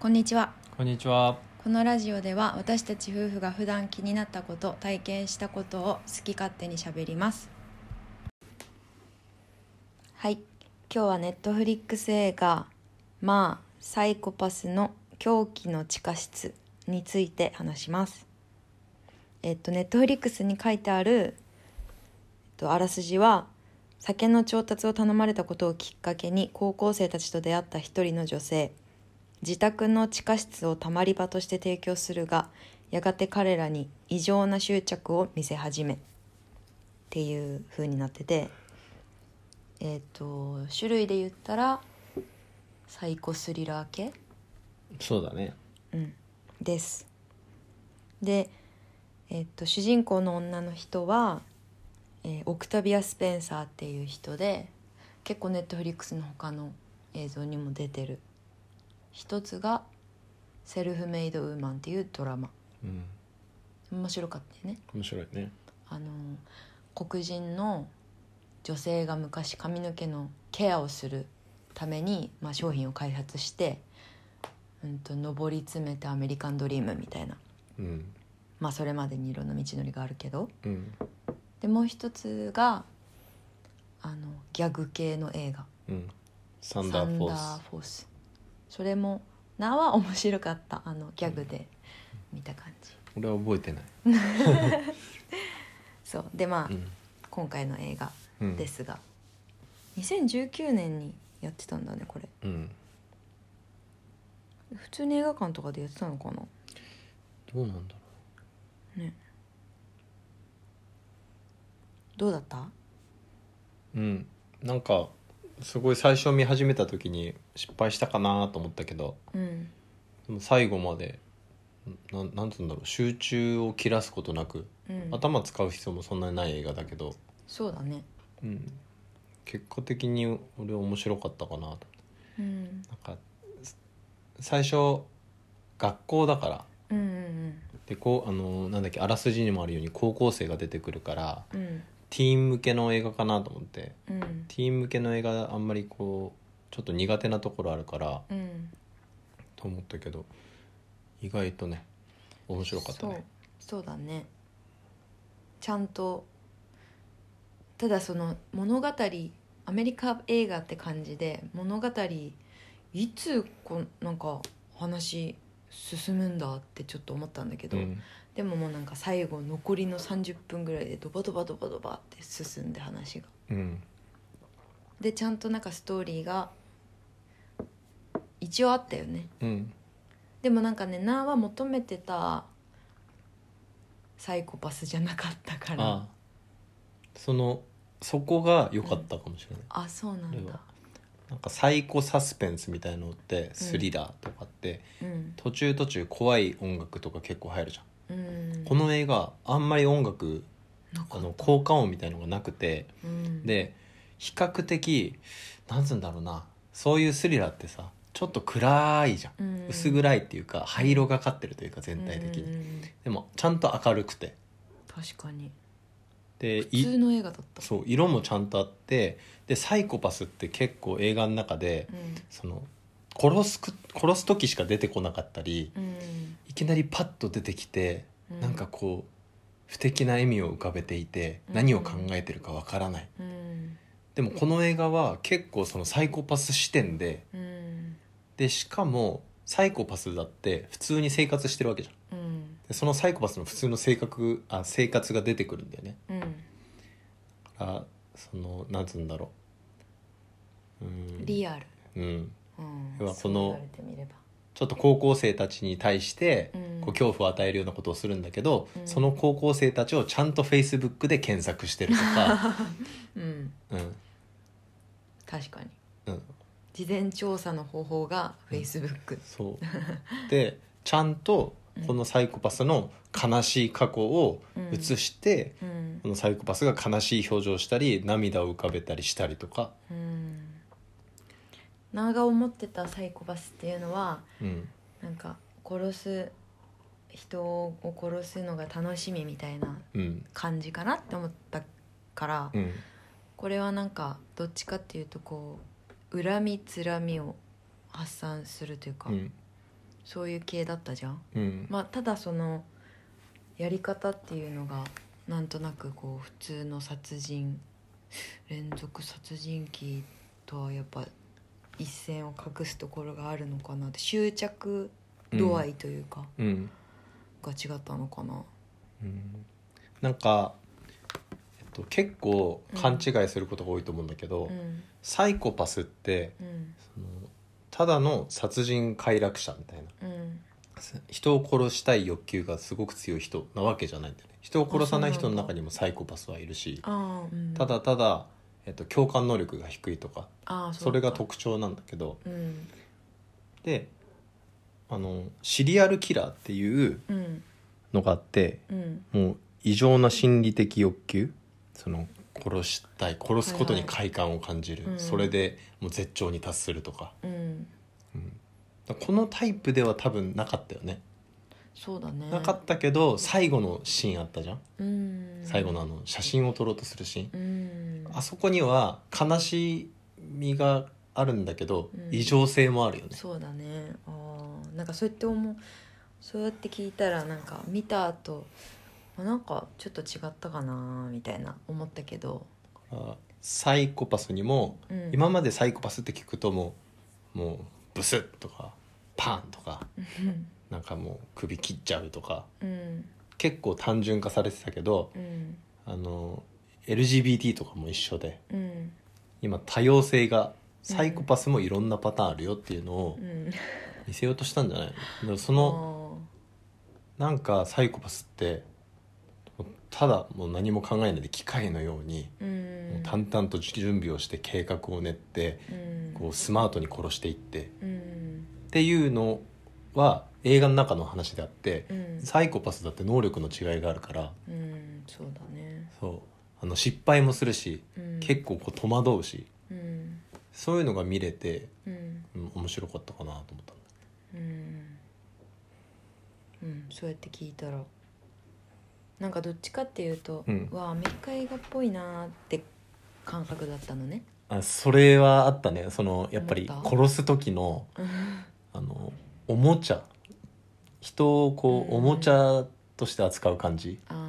こんにちはこんにちは。このラジオでは私たち夫婦が普段気になったこと体験したことを好き勝手にしゃべりますはい今日はネットフリックス映画「まあサイコパスの狂気の地下室」について話しますえっとネットフリックスに書いてある、えっと、あらすじは酒の調達を頼まれたことをきっかけに高校生たちと出会った一人の女性自宅の地下室をたまり場として提供するがやがて彼らに異常な執着を見せ始めっていう風になっててえっ、と種類で言ったらサイコスリラー系そうだね。ですで、えっと主人公の女の人は、えーオクタビア・スペンサーっていう人で結構ネットフリックスの他の映像にも出てる一つが「セルフメイド・ウーマン」っていうドラマうん。面白かったよね面白いね。あの黒人の女性が昔髪の毛のケアをするために、まあ、商品を開発して、うん、と上り詰めてアメリカンドリームみたいなうん。まあそれまでにいろんな道のりがあるけどうん。でもう一つがあのギャグ系の映画うん。サ「ンダーフォーサンダース。フォース」それもなは面白かったあのギャグで見た感じ、俺は覚えてない。そうでまあ、うん。今回の映画うん。で。すが、2019年にやってたんだねこれうん。普通に映画館とかでやってたのかなどうなんだろどうだったう。うん。なんか。すごい最初見始めた時に失敗したかなと思ったけどうんでも最後までなんなんつうんだろう集中を切らすことなくうん頭使う必要もそんなにない映画だけど、そうだねうん、結果的に俺面白かったかなとうんなんかす最初学校だからうんうんでこうあのなんだっけあらすじにもあるように高校生が出てくるからうんうんティーン向けの映画かなと思ってうんティーン向けの映画あんまりこうちょっと苦手なところあるからうんと思ったけど意外とね面白かったねそうそうだねちゃんとただその物語アメリカ映画って感じで物語いつこうなんか話進むんだってちょっと思ったんだけど、うんでももうなんか最後残りの30分ぐらいでドバドバドバドバって進んで話がうんでちゃんとなんかストーリーが一応あったよねうんでもなんかねナーは求めてたサイコパスじゃなかったからああそのそこが良かったかもしれない、あそうなんでだはなんかサイコサスペンスみたいのってスリラーとかって、うん途中途中怖い音楽とか結構入るじゃんうんこの映画あんまり音楽なんかあの効果音みたいのがなくてうんで比較的なんつうんだろうなそういうスリラーってさちょっと暗いじゃん、うん薄暗いっていうか灰色がかってるというか全体的に、うんうんうんでもちゃんと明るくて確かにで普通いの映画だったそう色もちゃんとあってでサイコパスって結構映画の中でうんその殺すく殺す時しか出てこなかったりうんいきなりパッと出てきてうんなんかこう不敵な笑みを浮かべていて何を考えてるかわからないうんでもこの映画は結構そのサイコパス視点でうんでしかもサイコパスだって普通に生活してるわけじゃんうんでそのサイコパスの普通の性格あ生活が出てくるんだよねうんあそのなんつうんだろううんリアルうんうん要はそうこの言われてみればちょっと高校生たちに対してうんこう恐怖を与えるようなことをするんだけど、うんその高校生たちをちゃんとフェイスブックで検索してる とか、うんうん確かにうん、事前調査の方法がフェイスブックそうでちゃんとこのサイコパスの悲しい過去を映して、うんこのサイコパスが悲しい表情をしたり涙を浮かべたりしたりとか、うん長が思ってたサイコパスっていうのはうんなんか殺す人を殺すのが楽しみみたいなうん感じかなって思ったから、うん、これはなんかどっちかっていうとこう恨みつらみを発散するというか、うんそういう系だったじゃん、うんまあ、ただそのやり方っていうのがなんとなくこう普通の殺人連続殺人鬼とはやっぱ一線を画すところがあるのかなって執着度合いというか、うんが違ったのかなうんなんか、えっと、結構勘違いすることが多いと思うんだけど、うんサイコパスってうんそのただの殺人快楽者みたいうなん人を殺したい欲求がすごく強い人なわけじゃないんだよね人を殺さない人の中にもサイコパスはいるしああうんただただ、えっと、共感能力が低いとかああそれがと特徴なんだけどうんであのシリアルキラーっていううんのがあってうんもう異常な心理的欲求その殺したい殺すことに快感を感じる、はいはいうんそれでもう絶頂に達するとか,、うんうん、だからこのタイプでは多分なかったよね、そうだねなかったけど最後のシーンあったじゃん、うん最後のあの写真を撮ろうとするシーン、うんあそこには悲しみがあるんだけど、うん異常性もあるよねそうだねあーなんかそうやって思うそうやって聞いたらなんか見た後あなんかちょっと違ったかなみたいな思ったけど、あサイコパスにも、うん、今までサイコパスって聞くともうもうブスッとかパンとかうんなんかもう首切っちゃうとか うん結構単純化されてたけどうんあの LGBT とかも一緒でうん今多様性がサイコパスもいろんなパターンあるよっていうのをうん見せようとしたんじゃないだからそのなんかサイコパスってただもう何も考えないで機械のようにあーうんもう淡々と準備をして計画を練ってうんこうスマートに殺していってうんっていうのは映画の中の話であってうんサイコパスだって能力の違いがあるからうんそうだね、そうあの失敗もするしうん、結構こう戸惑うしうんそういうのが見れて、うんうん、面白かったかなと思ったんだうん、うん、そうやって聞いたらなんかどっちかっていうと、うんわあアメリカ映画っぽいなーって感覚だったのねあそれはあったねそのやっぱり思った殺す時のうんあのおもちゃ人をこううんおもちゃとして扱う感じあ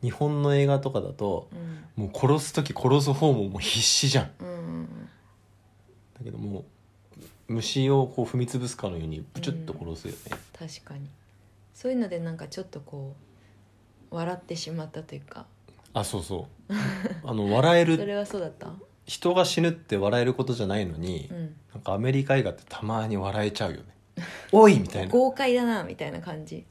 日本の映画とかだとーうんもう殺す時殺す方ももう必死じゃんうんだけどもう虫をこう踏み潰すかのようにブチュッと殺すよね、確かにそういうのでなんかちょっとこう笑ってしまったというかあそうそう あの笑えそるれはそうだった人が死ぬって笑えることじゃないのに、うんなんかアメリカ映画ってたまに笑えちゃうよね おいみたいな豪快だなみたいな感じ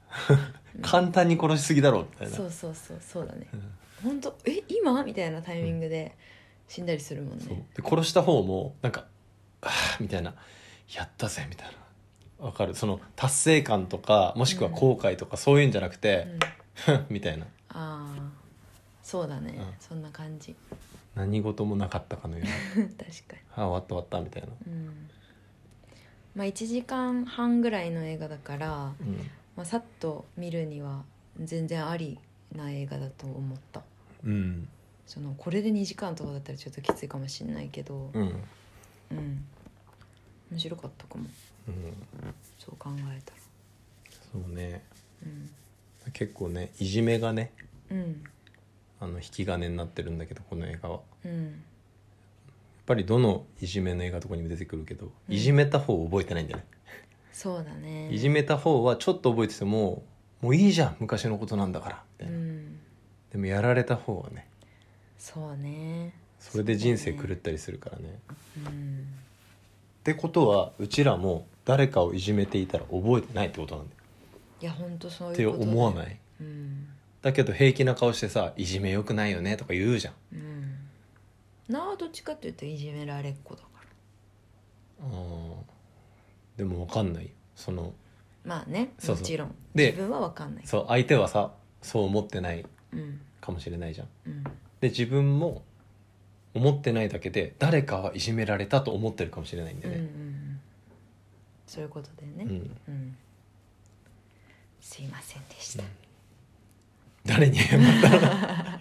簡単に殺しすぎだろみたいなそうそうそうそうだねうん本当え今みたいなタイミングで死んだりするもんそうねで殺した方もなんか「あーみたいな「やったぜ」みたいなわかるその達成感とかもしくは後悔とかそういうんじゃなくうてん「ふんみたいなああそうだね、うんそんな感 じ何事もなかったかのように確か「ああ終わった終わった」みたいな、にうんまあ1時間半ぐらいの映画だから、うんまあ、さっと見るには全然ありな映画だと思ったうんそのこれで2時間とかだったらちょっときついかもしんないけどうんうん、面白かったかもうんそう考えたらそうねうん結構ねいじめがねうんあの引き金になってるんだけどこの映画はやうんっぱりどのいじめの映画とかにも出てくるけど、うんいじめた方を覚えてないんだよね、そうだねいじめた方はちょっと覚えててももういいじゃん昔のことなんだからみたいうな、んでもやられた方はねそうねそれで人生狂ったりするからねうんってことはうちらも誰かをいじめていたら覚えてないってことなんだよいや本当そうっいてうこと思わいないうんだけど平気な顔してさ「いじめよくないよね」とか言うじゃうんんなあどっちかっていうといじめられっ子だからうんでも分かんないよそのまあねそうもそうちろんで自分は分かんないそう相手はさそう思ってないうんかもしれないじゃんうんで自分も思ってないだけで誰かはいじめられたと思ってるかもしれないんだうんうんようね、んそういうことだようねんうん、すいませんでした、誰に謝ったの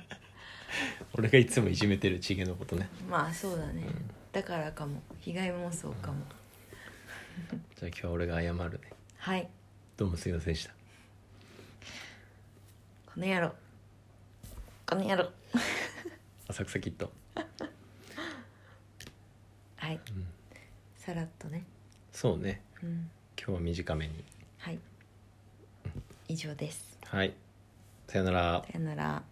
俺がいつもいじめてるチゲのことねまあそうだね、だからかも被害妄想かも、じゃあ今日は俺が謝るねはいどうもすいませんでしたこの野郎この野郎浅草キッドはい、さらっとねそうねうん今日は短めにはい以上ですはいさよならさよなら